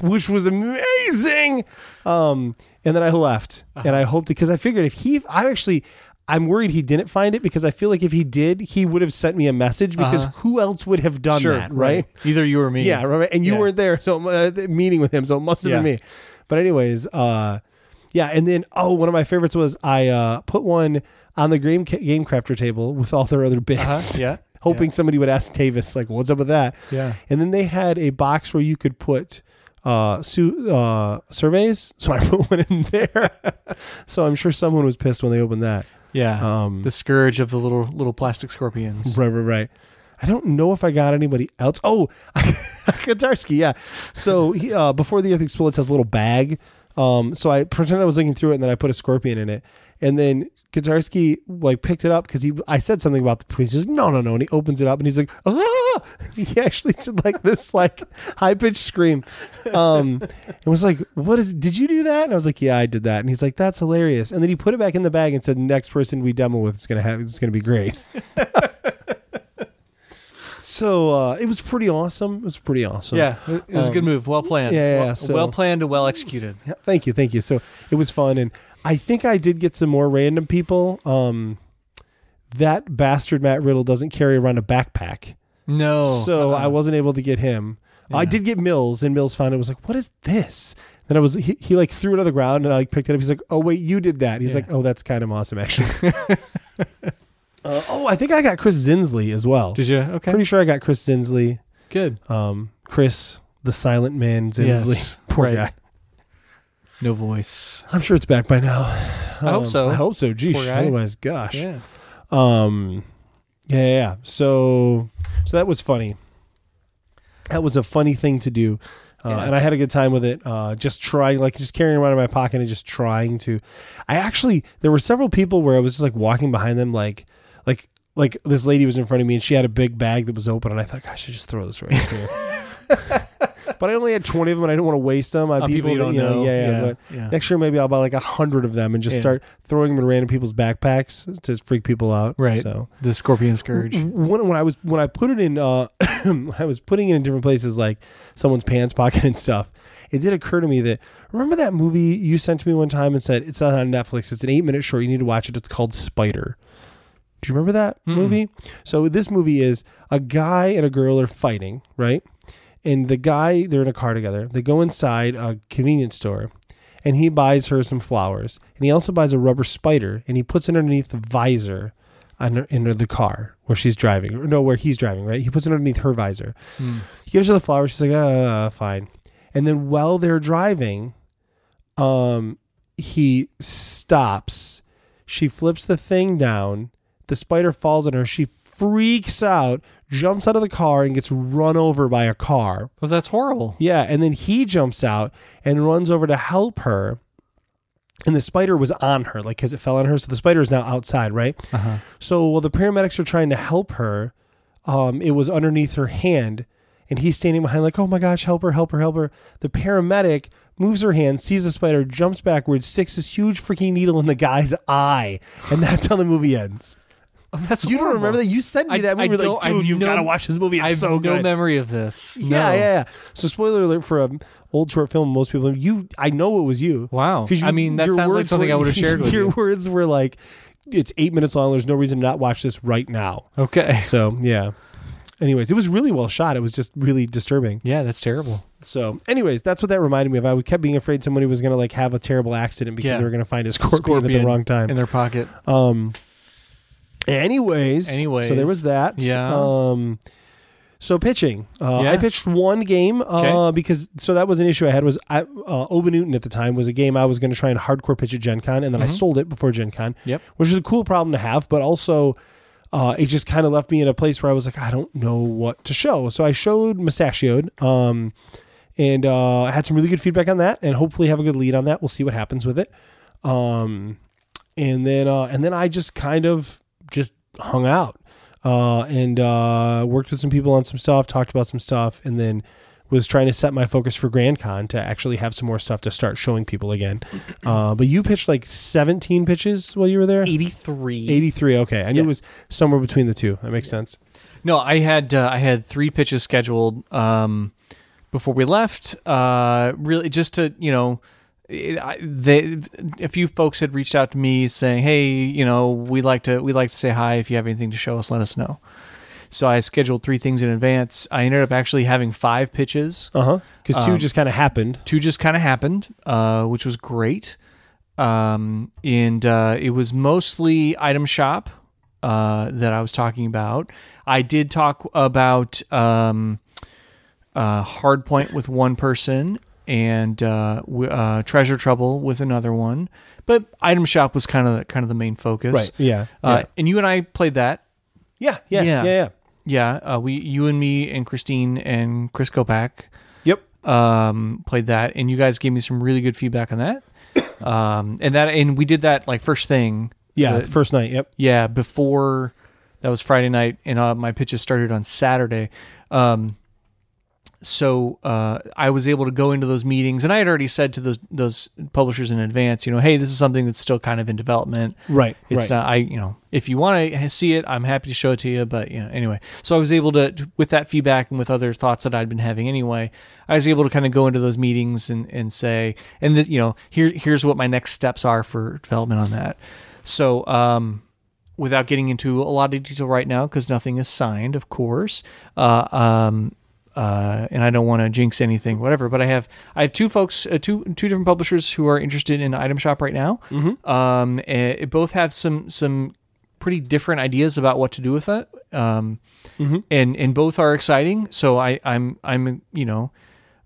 D: which was amazing. Um, and then I left, and I hoped because I figured if he, I actually, I'm worried he didn't find it because I feel like if he did, he would have sent me a message because who else would have done that, right?
C: Either you or me.
D: Yeah, right. And you
C: Yeah.
D: weren't there, so uh, the meeting with him, so it must have been
C: Yeah.
D: me. But anyways, uh, yeah. And then oh, one of my favorites was I uh, put one on the game game crafter table with all their other bits.
C: Uh-huh, yeah,
D: hoping somebody would ask Tavis like, "What's up with that?"
C: Yeah.
D: And then they had a box where you could put uh, su- uh surveys, so I put one in there. so I'm sure someone was pissed when they opened that.
C: Yeah.
D: Um,
C: the scourge of the little little plastic scorpions.
D: Right, right, right. I don't know if I got anybody else. Oh, Katarski, yeah. So he, uh, before the Earth explodes, has a little bag. Um, so I pretended I was looking through it, and then I put a scorpion in it, and then Katarski like picked it up because he I said something about the police. He's like, no, no, no, and he opens it up, and he's like, ah! He actually did like this like high pitched scream, um, and was like, what is? Did you do that? And I was like, yeah, I did that. And he's like, that's hilarious. And then he put it back in the bag and said, next person we demo with is gonna have it's gonna be great. So uh, it was pretty awesome. It was pretty awesome.
C: Yeah, it it was a good move. Well planned.
D: um, yeah, yeah,
C: well,
D: so-
C: well planned and well executed.
D: Yeah, Thank you. Thank you. So it was fun. And I think I did get some more random people. Um, that bastard Matt Riddle doesn't carry around a backpack.
C: No. Uh-uh.
D: so I wasn't able to get him. I did get Mills, and Mills found it was like, what is this? Then I was he, he like threw it on the ground and I like picked it up. He's like, oh wait, you did that. He's
C: Yeah.
D: like, oh that's kind of awesome actually. uh, oh, I think I got Chris Zinsley as well.
C: Did you? Okay.
D: Pretty sure I got Chris Zinsley.
C: good.
D: um, Chris, the silent man, Zinsley.
C: Yes,
D: Poor
C: right.
D: guy.
C: No voice.
D: I'm sure it's back by now. Um,
C: I hope so.
D: I hope so. Geez,
C: Poor guy.
D: otherwise, gosh.
C: Yeah.
D: Um, yeah, yeah, yeah. So, so that was funny. That was a funny thing to do, uh,
C: Yeah.
D: and I had a good time with it. Uh, just trying, like, just carrying it around in my pocket and just trying to. I actually there were several people where I was just like walking behind them, like, like, like this lady was in front of me and she had a big bag that was open, and I thought I should just throw this right here. but I only had twenty of them, and I didn't want to waste them on
C: On
D: Oh, people, that, you know, Yeah, yeah,
C: Yeah,
D: But
C: yeah.
D: next year maybe I'll buy like a hundred of them and just
C: Yeah.
D: start throwing them in random people's backpacks to freak people out.
C: Right.
D: So
C: The scorpion scourge.
D: when, when I was when I put it in, uh, when I was putting it in different places like someone's pants pocket and stuff. It did occur to me that remember that movie you sent to me one time and said it's not on Netflix. It's an eight minute short. You need to watch it. It's called Spider. Do you remember that movie? So this movie is a guy and a girl are fighting, right? And the guy they're in a car together. They go inside a convenience store, and he buys her some flowers, and he also buys a rubber spider, and he puts it underneath the visor under, under the car where she's driving, or no, where he's driving, right? He puts it underneath her visor. He gives her the flowers. She's like, uh, fine. And then while they're driving, um, he stops. She flips the thing down. The spider falls on her. She freaks out, jumps out of the car, and gets run over by a car.
C: Well, Oh, that's horrible.
D: Yeah, and then he jumps out and runs over to help her. And the spider was on her, like, because it fell on her. So the spider is now outside, right?
C: Uh-huh.
D: So while the paramedics are trying to help her, um, it was underneath her hand, and he's standing behind, like, oh my gosh, help her, help her, help her. The paramedic moves her hand, sees the spider, jumps backwards, sticks this huge freaking needle in the guy's eye, and that's how the movie ends.
C: Oh, that's
D: You don't
C: horrible.
D: remember that? You sent me
C: I-
D: that. We
C: I
D: were like,
C: don't- I've
D: dude, you've
C: no-
D: got to watch this movie. It's
C: I've
D: so
C: no
D: good.
C: memory of this.
D: Yeah,
C: No.
D: yeah, yeah. So spoiler alert for an old short film. Most people, you, I know it was you.
C: Wow.
D: 'Cause you-
C: I mean, that
D: your
C: sounds like
D: words
C: something
D: were-
C: I would have shared with
D: your
C: you.
D: words were like, "It's eight minutes long. There's no reason to not watch this right now."
C: Okay.
D: So yeah. Anyways, it was really well shot. It was just really disturbing.
C: Yeah, that's terrible.
D: So, anyways, that's what that reminded me of. I kept being afraid somebody was going to like have a terrible accident because
C: Yeah.
D: they were going to find a scorpion, at the wrong time.
C: in their pocket.
D: Um. Anyways,
C: Anyways.
D: so there was that.
C: Yeah.
D: Um. So pitching, uh,
C: Yeah.
D: I pitched one game uh,
C: Okay.
D: because so that was an issue I had was I, uh, Oba Newton at the time was a game I was going to try and hardcore pitch at Gen Con and then I sold it before Gen Con.
C: Mm-hmm. Yep.
D: which is a cool problem to have, but also uh, it just kind of left me in a place where I was like I don't know what to show. So I showed Mustachioed, um, and uh, I had some really good feedback on that, and hopefully have a good lead on that. We'll see what happens with it. Um, and then uh, and then I just kind of just hung out uh, and uh, worked with some people on some stuff, talked about some stuff, and then was trying to set my focus for Grand Con to actually have some more stuff to start showing people again. Uh, but you pitched like 17 pitches while you were there?
C: 83.
D: 83. Okay. I knew
C: Yeah.
D: it was somewhere between the two. That makes sense.
C: No, I had uh, I had three pitches scheduled um, before we left. Uh, really, just to you know, it, I, they, a few folks had reached out to me saying, "Hey, you know, we like to we like to say hi. If you have anything to show us, let us know." So I scheduled three things in advance. I ended up actually having five pitches.
D: Uh huh. Because
C: Um,
D: two just kind of happened.
C: Two just kind of happened, uh, which was great. Um, and uh, it was mostly item shop uh, that I was talking about. I did talk about um, uh, Hardpoint with one person and uh, w- uh, Treasure Trouble with another one, but item shop was kind of kind of the main focus.
D: Right. Yeah.
C: Uh, And you and I played that.
D: yeah. Yeah.
C: yeah.
D: Yeah. Yeah. Yeah.
C: Yeah, uh, we, you and me and Christine and Chris Kopak
D: Yep.
C: um, played that, and you guys gave me some really good feedback on that. Um, and that, and we did that like first thing.
D: Yeah.
C: The-
D: first night. Yep.
C: yeah, before that was Friday night, and uh, my pitches started on Saturday. Um, so uh, I was able to go into those meetings, and I had already said to those those publishers in advance, you know, hey, this is something that's still kind of in development.
D: Right.
C: It's
D: right.
C: not, I, you know, if you want to see it, I'm happy to show it to you. But, you know, anyway. So I was able to, to- with that feedback and with other thoughts that I'd been having anyway, I was able to kind of go into those meetings and, and say, and, that you know, here, here's what my next steps are for development on that. So, um, without getting into a lot of detail right now, because nothing is signed, of course. Uh, um, uh, and I don't want to jinx anything, whatever. But I have I have two folks, uh, two two different publishers who are interested in item shop right now. Um, eh, both have some some pretty different ideas about what to do with it. Um,
D: Hmm.
C: and and both are exciting. So I I'm I'm you know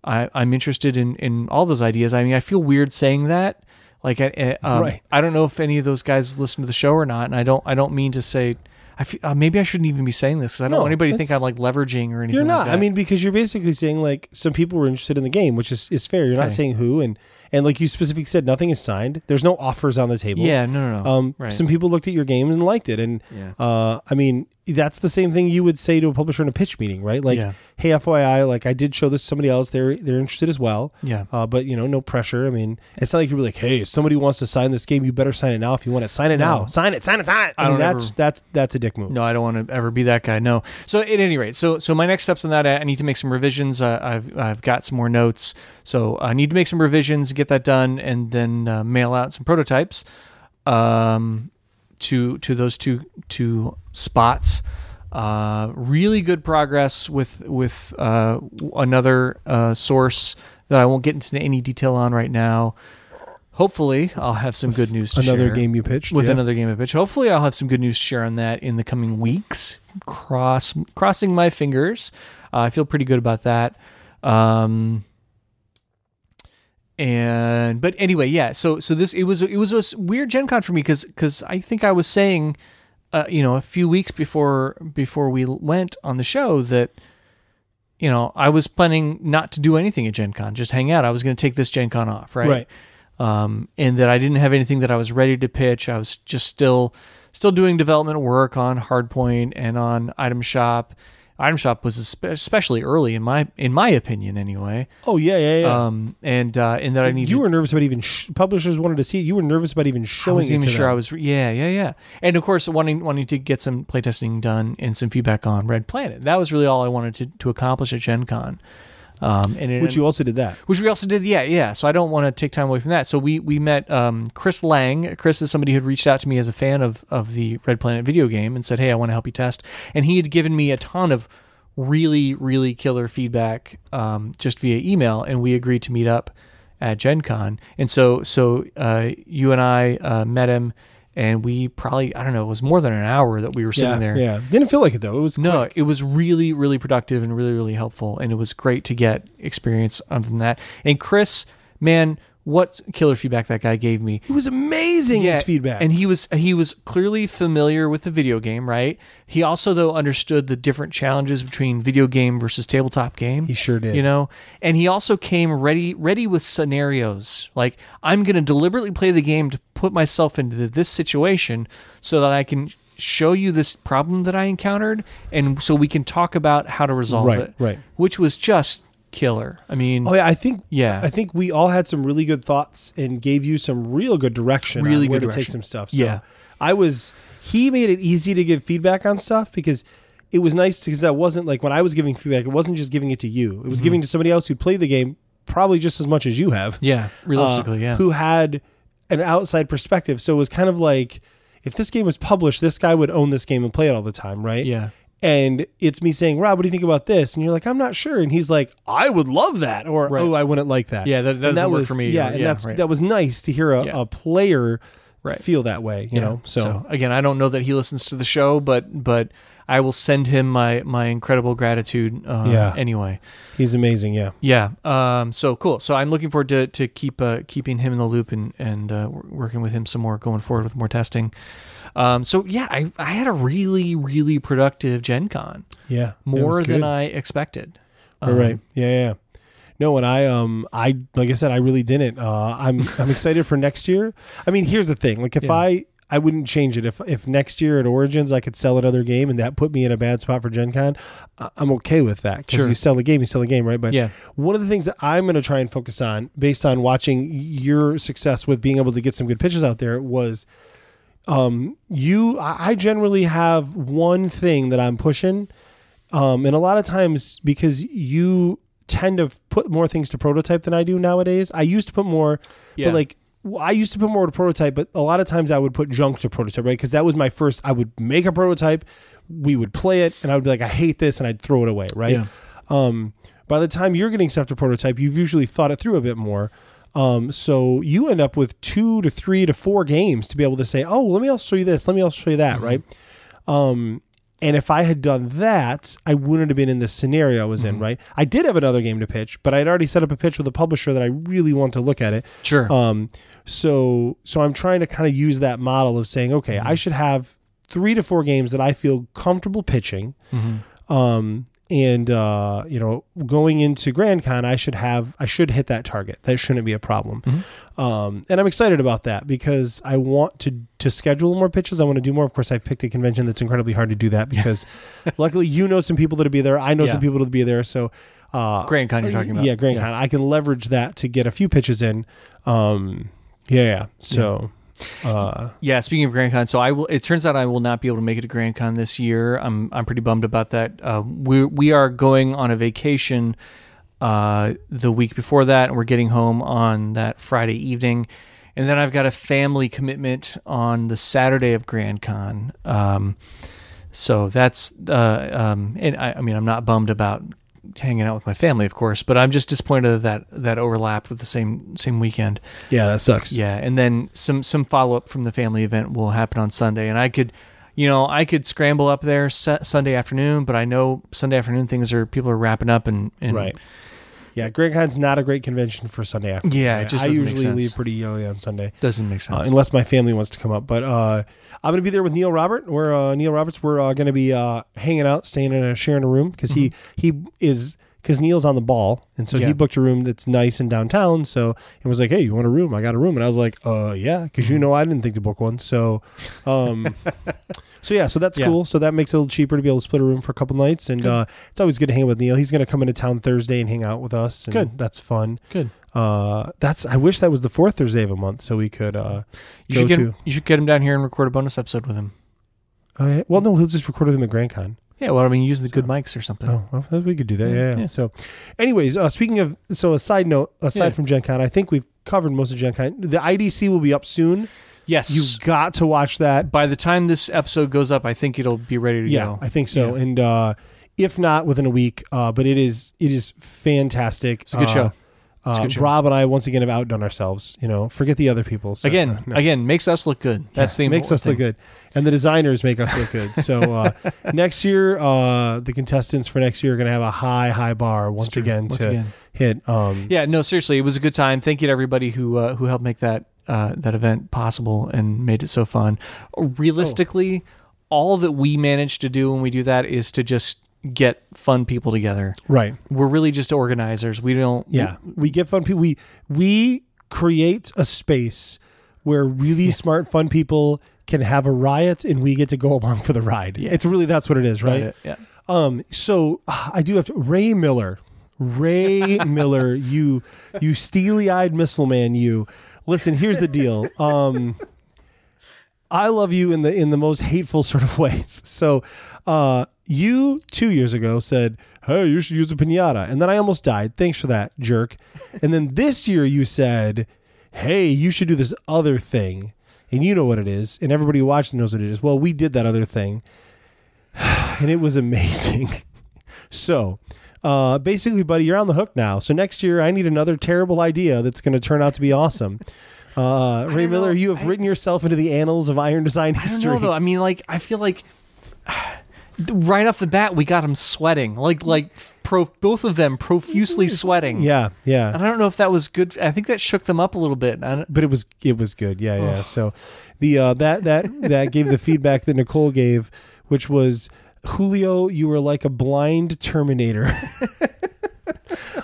C: I I'm interested in in all those ideas. I mean I feel weird saying that. Like I eh, um,
D: Right.
C: I don't know if any of those guys listen to the show or not, and I don't I don't mean to say. I fe uh, maybe I shouldn't even be saying this because I don't
D: No,
C: want anybody to think I'm like
D: that's-
C: leveraging or anything.
D: You're
C: like
D: not. I
C: that.
D: mean, because you're basically saying like some people were interested in the game, which is, is fair. You're not
C: Okay.
D: saying who and and like you specifically said, nothing is signed. There's no offers on the table.
C: yeah, no, no, no.
D: Um,
C: right.
D: Some people looked at your game and liked it, and
C: Yeah.
D: uh, I mean that's the same thing you would say to a publisher in a pitch meeting, right? Like,
C: Yeah.
D: hey, FYI, like I did show this to somebody else. They're they're interested as well.
C: Yeah.
D: Uh, but you know, no pressure. I mean, it's not like you're like, hey, if somebody wants to sign this game, you better sign it now. If you want to sign it now, sign it, sign it, sign it. I,
C: I
D: mean,
C: don't
D: that's
C: ever-
D: that's that's a dick move.
C: No, I don't want to ever be that guy. No. So at any rate, so so my next steps on that, I I need to make some revisions. Uh, I've I've got some more notes, so I need to make some revisions, get that done, and then uh, mail out some prototypes, um, to to those two two spots. Uh, really good progress with with uh, w- another uh, source that I won't get into any detail on right now. Hopefully, I'll have some good news to
D: Another
C: share
D: game you pitched
C: with
D: yeah.
C: another game of pitch. Hopefully, I'll have some good news to share on that in the coming weeks. Cross crossing my fingers. Uh, I feel pretty good about that. Um, and but anyway, yeah. So so this it was it was a s- weird Gen Con for me because because I think I was saying, uh, you know, a few weeks before before we went on the show that. You know, I was planning not to do anything at Gen Con, just hang out. I was going to take this Gen Con off,
D: right.
C: um, and that I didn't have anything that I was ready to pitch. I was just still still doing development work on Hardpoint and on Item Shop. Item Shop was espe- especially early in my in my opinion, anyway.
D: Oh yeah, yeah, yeah.
C: Um, and uh, and that I needed.
D: you were nervous about even sh- publishers wanted to see it. You were nervous about even
C: I
D: showing
C: wasn't
D: it
C: even
D: to
C: sure
D: them.
C: I was. Yeah, yeah, yeah. And of course, wanting wanting to get some playtesting done and some feedback on Red Planet. That was really all I wanted to, to accomplish at Gen Con. Um, and it,
D: which you also did that.
C: which we also did. Yeah, yeah. So I don't want to take time away from that. So we we met um, Chris Lang. Chris is somebody who had reached out to me as a fan of of the Red Planet video game and said, "Hey, I want to help you test." And he had given me a ton of really really killer feedback um, just via email, and we agreed to meet up at Gen Con. And so so uh, you and I uh, met him, and we probably I don't know it was more than an hour that we were sitting
D: yeah,
C: there.
D: yeah. Didn't feel like it though. It was
C: No, it was really, really productive and really, really helpful. And it was great to get experience on from that. And Chris, man, what killer feedback that guy gave me.
D: it was amazing. his feedback.
C: And he was he was clearly familiar with the video game, right? He also though understood the different challenges between video game versus tabletop game.
D: He sure did.
C: You know, and he also came ready ready with scenarios. Like I'm going to deliberately play the game to put myself into this situation so that I can show you this problem that I encountered and so we can talk about how to resolve
D: Right,
C: it.
D: right.
C: Which was just killer. I mean,
D: Oh yeah, I think
C: yeah,
D: I think we all had some really good thoughts and gave you some real good direction.
C: Really
D: on where
C: good
D: to take
C: direction.
D: some stuff. So
C: Yeah.
D: I was. He made it easy to give feedback on stuff because it was nice because that wasn't like when I was giving feedback. It wasn't just giving it to you. It
C: Mm-hmm.
D: was giving to somebody else who played the game probably just as much as you have.
C: yeah. Realistically,
D: uh,
C: yeah.
D: who had an outside perspective. So it was kind of like if this game was published, this guy would own this game and play it all the time, right?
C: yeah.
D: and it's me saying, Rob, what do you think about this? And you're like, I'm not sure. And he's like, I would love that, or
C: Right.
D: oh, I wouldn't like that.
C: Yeah, that- that
D: And
C: doesn't work
D: was,
C: for me
D: Yeah,
C: either.
D: and
C: Yeah,
D: that's
C: right.
D: that was nice to hear a,
C: Yeah.
D: a player
C: Right.
D: feel that way. You know, so,
C: again, I don't know that he listens to the show, but but I will send him my my incredible gratitude. Uh,
D: Yeah.
C: Anyway,
D: he's amazing. Yeah,
C: yeah. Um. So cool. So I'm looking forward to to keep uh, keeping him in the loop and and uh, wor- working with him some more going forward with more testing. Um. So yeah, I I had a really really productive Gen Con,
D: yeah, It
C: more
D: was
C: than
D: good.
C: I expected.
D: Right, right.
C: Um,
D: Yeah, yeah. yeah. No, and I um I like I said I really didn't. Uh, I'm I'm excited for next year. I mean, here's the thing. Like if
C: Yeah.
D: I I wouldn't change it if if next year at Origins I could sell another game and that put me in a bad spot for Gen Con, I- I'm okay with that because
C: Sure.
D: you sell the game, you sell the game, right? But
C: Yeah.
D: one of the things that I'm going to try and focus on based on watching your success with being able to get some good pitches out there was um you I I generally have one thing that I'm pushing um, and a lot of times, because you tend to put more things to prototype than I do nowadays, I used to put more,
C: Yeah.
D: but like w- I used to put more to prototype, but a lot of times I would put junk to prototype, right? Because that was my first, I would make a prototype, we would play it, and I would be like, I hate this, and I'd throw it away, right?
C: Yeah.
D: Um, by the time you're getting stuff to prototype, you've usually thought it through a bit more. Um, so you end up with two to three to four games to be able to say, oh, let me also show you this, let me also show you that, right? Um, And if I had done that, I wouldn't have been in the scenario I was in, right? I did have another game to pitch, but I'd already set up a pitch with a publisher that I really want to look at it.
C: Sure.
D: Um, so so I'm trying to kind of use that model of saying, okay, I should have three to four games that I feel comfortable pitching. Um, and uh, you know, going into Grand Con, I should have I should hit that target. That shouldn't be a problem. Um, and I'm excited about that because I want to to schedule more pitches. I want to do more. Of course, I've picked a convention that's incredibly hard to do that because luckily you know some people that'll be there. I know
C: Yeah.
D: some people that'll be there. So uh,
C: Grand Con you're talking about.
D: yeah, Grand Con. I can leverage that to get a few pitches in. Um, yeah, yeah. So, Uh,
C: Yeah, speaking of Grand Con, so I will. It turns out I will not be able to make it to Grand Con this year. I'm I'm pretty bummed about that. Uh, we we are going on a vacation uh, the week before that, and we're getting home on that Friday evening, and then I've got a family commitment on the Saturday of Grand Con. Um, so that's uh, um, and I, I mean I'm not bummed about hanging out with my family, of course, but I'm just disappointed that that overlap with the same same weekend.
D: yeah, that sucks.
C: Yeah, and then some some follow up from the family event will happen on Sunday, and I could, you know, I could scramble up there su- Sunday afternoon, but I know Sunday afternoon things are people are wrapping up and, and
D: Right. Yeah, Grand Con's not a great convention for Sunday afternoon.
C: Yeah, it just
D: I
C: doesn't make
D: usually
C: sense.
D: leave pretty early on Sunday.
C: doesn't make
D: Uh,
C: sense.
D: unless my family wants to come up, but uh, I'm gonna be there with Neil Robert. We're uh, Neil Roberts. We're uh, gonna be uh, hanging out, staying in a sharing a room because he he is because Neil's on the ball, and so
C: Mm-hmm. Yeah.
D: he booked a room that's nice in downtown. So and was like, hey, you want a room? I got a room, and I was like, uh, yeah, because
C: Mm-hmm.
D: you know I didn't think to book one. So, um, so yeah, so that's
C: Yeah.
D: cool. So that makes it a little cheaper to be able to split a room for a couple nights, and uh, it's always good to hang out with Neil. He's gonna come into town Thursday and hang out with us. And
C: Good.
D: that's fun.
C: Good.
D: Uh, that's I wish that was the fourth Thursday of a month so we could uh
C: You should
D: go
C: get
D: to.
C: him, you should get him down here and record a bonus episode with him.
D: Okay. Oh, Well, no, he'll just record with him at Grand Con.
C: Yeah, well, I mean, use the good mics or something.
D: Oh, well, we could do that.
C: Yeah,
D: Yeah. yeah.
C: yeah.
D: So, anyways, uh, speaking of, so a side note, aside
C: Yeah.
D: from Gen Con, I think we've covered most of Gen Con. The IDC will be up soon.
C: Yes,
D: You've got to watch that.
C: by the time this episode goes up, I think it'll be ready to
D: Yeah,
C: go.
D: I think so.
C: Yeah.
D: And uh, if not within a week, uh, but it is it is fantastic. It's
C: a good show.
D: Uh,
C: a good show.
D: Rob and I once again have outdone ourselves. You know, forget the other people. So, uh,
C: again,
D: no.
C: again, makes us look good. That's the
D: makes
C: important
D: us look
C: thing.
D: good, and the designers make us look good. So uh, next year, uh, the contestants for next year are going to have a high, high bar once
C: true.
D: again
C: Once
D: to
C: again.
D: hit. Um,
C: Yeah, no, seriously, it was a good time. Thank you to everybody who uh, who helped make that uh, that event possible and made it so fun. Realistically, all that we manage to do when we do that is to just get fun people together.
D: Right.
C: We're really just organizers. We don't.
D: Yeah. We get fun people. We we create a space where really smart, fun people can have a riot, and we get to go along for the ride. It's really that's what it is, right?
C: Yeah.
D: Um. So uh, I do have to. Ray Miller. Ray Miller, you you steely-eyed missile man, you. Listen, here's the deal. Um I love you in the in the most hateful sort of ways. So, uh, you two years ago said, "Hey, you should use a pinata," and then I almost died. Thanks for that, jerk. And then this year you said, "Hey, you should do this other thing," and you know what it is, and everybody watching knows what it is. Well, we did that other thing, and it was amazing. so. Uh, basically, buddy, you're on the hook now. So next year, I need another terrible idea that's going to turn out to be awesome. Uh,
C: don't
D: Ray
C: know.
D: Miller, you have
C: I-
D: written yourself into the annals of iron design
C: I don't
D: history.
C: know though. I mean, like I feel like right off the bat we got him sweating, like like pro both of them profusely sweating.
D: Yeah,
C: And
D: yeah.
C: I don't know if that was good. I think that shook them up a little bit. I don't,
D: But it was it was good. Yeah, yeah. So the uh, that that that gave the feedback that Nicole gave, which was Julio, you were like a blind Terminator.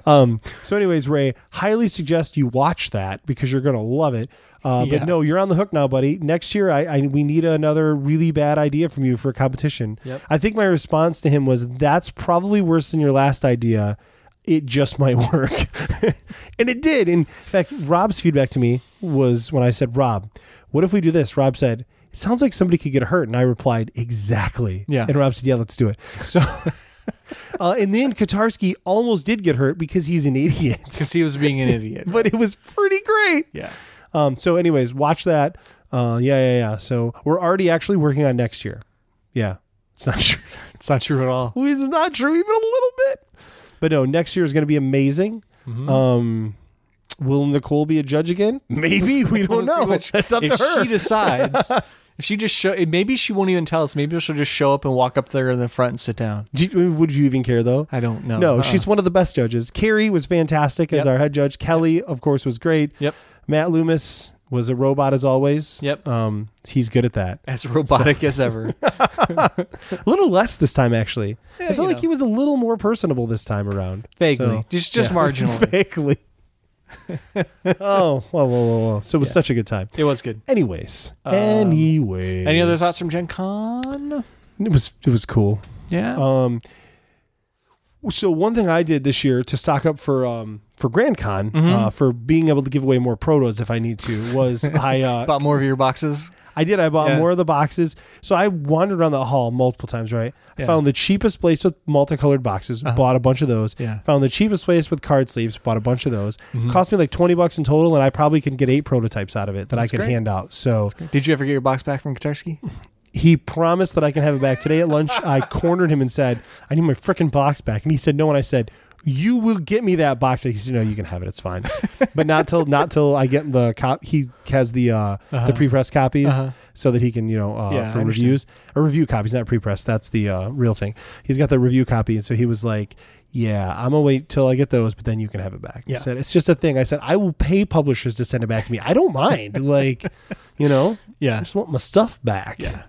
D: um. So, anyways, Ray, highly suggest you watch that because you're gonna love it. Uh,
C: Yeah.
D: But no, you're on the hook now, buddy. Next year, I, I we need another really bad idea from you for a competition.
C: Yep.
D: I think my response to him was, "That's probably worse than your last idea. It just might work," and it did. In fact, Rob's feedback to me was when I said, "Rob, what if we do this?" Rob said. It sounds like somebody could get hurt, and I replied, "Exactly."
C: Yeah.
D: And Rob said, "Yeah, let's do it." So, uh, and then Katarski almost did get hurt because he's an idiot
C: because he was being an idiot.
D: but it was pretty great.
C: yeah.
D: Um, so, anyways, watch that. Uh, yeah, yeah, yeah. So we're already actually working on next year. Yeah, it's not true.
C: It's not true at all.
D: it's not true even a little bit. But no, next year is going to be amazing.
C: Mm-hmm.
D: Um, will Nicole be a judge again? Maybe we
C: We'll
D: don't
C: see
D: know.
C: what-
D: That's up to
C: if
D: her.
C: she decides. if she just show, maybe she won't even tell us. Maybe she'll just show up and walk up there in the front and sit down.
D: Do you- would you even care though?
C: I don't know.
D: No,
C: Uh-uh.
D: she's one of the best judges. Carrie was fantastic as
C: Yep.
D: our head judge. Kelly, of course, was great.
C: Yep.
D: Matt Loomis was a robot as always.
C: Yep.
D: Um, he's good at that.
C: as robotic as ever.
D: A little less this time, actually. I feel
C: you
D: like
C: know.
D: he was a little more personable this time around.
C: Vaguely.
D: So-
C: Just- just marginally.
D: Vaguely. oh, whoa, whoa, whoa, whoa. So it was such a good time.
C: It was good.
D: Anyways, anyways.
C: Um, Any other thoughts from Gen Con?
D: It was it was cool.
C: Yeah.
D: Um, so one thing I did this year to stock up for um for Grand Con
C: Mm-hmm.
D: uh, for being able to give away more protos if I need to was I uh,
C: Bought more of your boxes.
D: I did. I bought
C: Yeah.
D: more of the boxes. So I wandered around the hall multiple times, right? I
C: Yeah. Uh-huh.
D: found the cheapest place with multicolored boxes, bought a bunch of those.
C: Yeah. Mm-hmm.
D: Found the cheapest place with card sleeves, bought a bunch of those. Cost me like 20 bucks in total, and I probably can get eight prototypes out of it that
C: That's
D: I could
C: great.
D: hand out. So
C: Did you ever get your box back from Katarski?
D: he promised that I can have it back. Today at lunch, I cornered him and said, I need my freaking box back. And he said no. And I said, you will get me that box. back." He said, "No, you can have it. It's fine, but not till not till I get the cop. He has the uh, the pre press copies
C: Uh-huh.
D: so that he can you know
C: Yeah,
D: uh, for
C: I understand.
D: reviews or review copies, not pre press. That's the uh, real thing. He's got the review copy, and so he was like, "Yeah, I'm gonna wait till I get those, but then you can have it back."
C: Yeah.
D: I said, "It's just a thing." I said, "I will pay publishers to send it back to me. I don't mind. like, you know, I
C: Yeah.
D: just want my stuff back.
C: Yeah.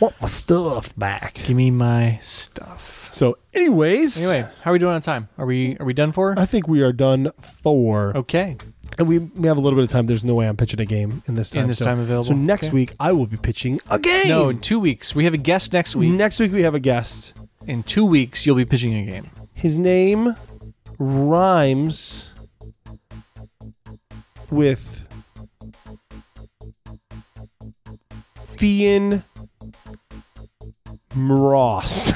D: Want my stuff back.
C: Give me my stuff.
D: So, anyways,
C: Anyway, how are we doing on time? Are we are we done for?
D: I think we are done for,
C: Okay.
D: and we, we have a little bit of time. There's no way I'm pitching a game in this
C: In
D: time.
C: this
D: so,
C: time available.
D: So next
C: Okay.
D: week I will be pitching a game.
C: No, in two weeks we have a guest next week.
D: next week we have a guest.
C: In two weeks you'll be pitching a game.
D: His name rhymes with Thean Ross.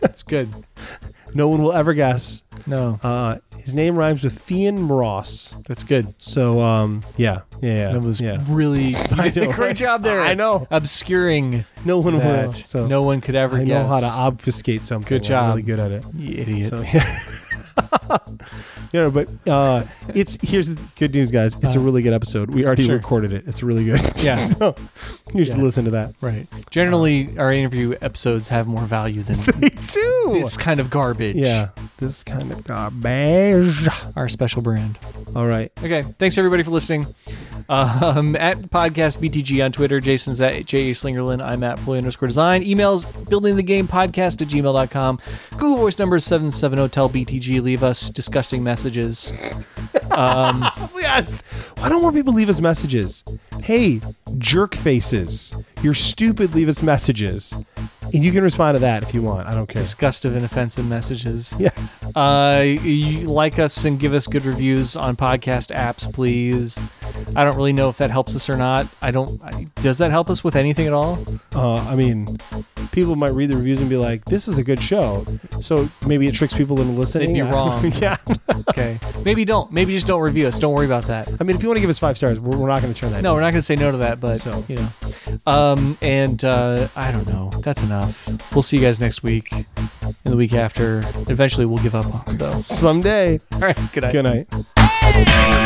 C: That's good.
D: no one will ever guess
C: No,
D: Uh, his name rhymes with Thean Ross.
C: that's good.
D: So um, yeah, yeah, yeah.
C: That was
D: yeah.
C: really you did a
D: know.
C: great job there.
D: I know.
C: Obscuring
D: No one
C: that
D: will. So
C: no one could ever
D: I
C: guess.
D: know how to obfuscate something.
C: Good job.
D: I'm really good at it.
C: you idiot.
D: So yeah. yeah, but uh, it's here's the good news, guys. It's a really good episode. We already
C: Uh-huh. Sure.
D: recorded it. It's really good.
C: Yeah.
D: so, you should
C: Yeah.
D: listen to that.
C: Right. Generally, our interview episodes have more value than
D: Me too.
C: this kind of garbage.
D: yeah, this kind of garbage.
C: Our special brand.
D: All right.
C: Okay. Thanks everybody for listening. Um, at podcast BTG on Twitter. Jason's at JA Slingerland. E I'm at Ploy underscore design. Emails buildingthegamepodcast at gmail.com. Google voice number is 770 tell BTG. Leave us disgusting messages.
D: Yes. Why don't more people leave us messages? Hey, jerk faces. You're stupid, leave us messages. You can respond to that if you want. I don't care.
C: disgustive and offensive messages.
D: Yes.
C: Uh, you like us and give us good reviews on podcast apps, please. I don't really know if that helps us or not. I don't. I, does that help us with anything at all?
D: Uh, I mean, people might read the reviews and be like, "This is a good show," so maybe it tricks people into listening.
C: They'd be
D: I don't-
C: wrong.
D: yeah.
C: Okay. Maybe don't. Maybe just don't review us. Don't worry about that.
D: I mean, if you want to give us five stars, we're, we're not going to turn that.
C: No,
D: down.
C: we're not going to say no to that, but
D: So.
C: you know. Um, and uh, I don't know. That's enough. We'll see you guys next week and the week after. Eventually, we'll give up on it, though.
D: Someday.
C: All right. Good night.
D: Good night.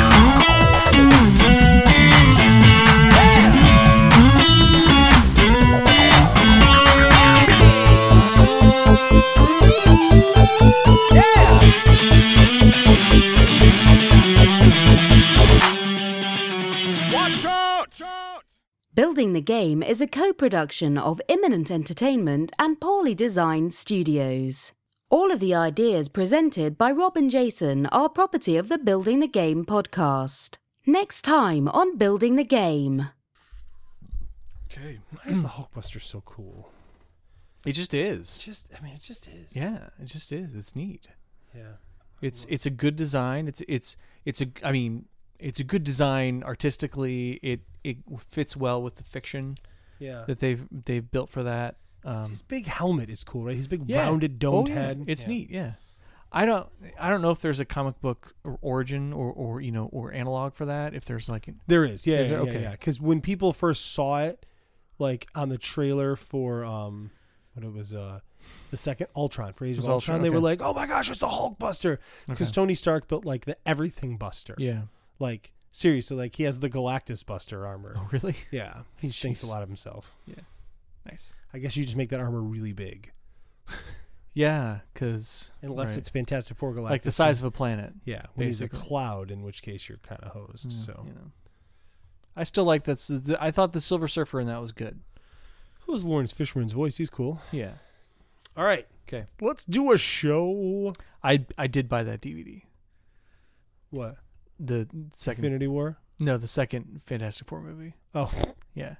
A: Building the Game is a co production of Imminent Entertainment and Poorly Designed Studios. All of the ideas presented by Rob and Jason are property of the Building the Game podcast. Next time on Building the Game.
D: Okay. Why is the Hulkbuster so cool?
C: It just is.
D: Just, I mean, it just is.
C: Yeah. It just is. It's neat.
D: Yeah.
C: It's
D: Mm-hmm.
C: it's a good design. It's it's it's a I mean it's a good design artistically. It it fits well with the fiction
D: Yeah.
C: that they've they've built for that. Um,
D: his big helmet is cool, right? His big
C: yeah.
D: rounded
C: Oh,
D: domed
C: yeah.
D: head.
C: It's
D: Yeah.
C: neat. Yeah, I don't I don't know if there's a comic book or origin or or you know or analog for that. If there's like an,
D: There is. Yeah.
C: Is
D: yeah,
C: there?
D: yeah,
C: Okay.
D: yeah. Because when people first saw it, like on the trailer for um, what it was uh, the second Ultron for
C: It
D: Age of
C: was
D: Ultron,
C: Ultron,
D: they were
C: okay.
D: like, oh my gosh, it's the Hulkbuster because
C: Okay.
D: Tony Stark built like the everything Buster.
C: yeah.
D: Like seriously, like he has the Galactus Buster armor.
C: Oh really?
D: Yeah. He thinks a
C: Jeez.
D: lot of himself.
C: Nice.
D: I guess you just make that armor really big,
C: Yeah, because
D: unless it's Fantastic Four Galactus,
C: like the size of a planet.
D: Yeah, when he's a
C: basically.
D: cloud, in which case you're kind of hosed.
C: Yeah,
D: so
C: you know. I still like that's. I thought the Silver Surfer in that was good.
D: who was Lawrence Fishburne's voice? He's cool.
C: Yeah.
D: All right,
C: Okay.
D: let's do a show.
C: I I did buy that DVD.
D: What
C: The second
D: Infinity War?
C: No, the second Fantastic Four movie.
D: Oh.
C: Yeah.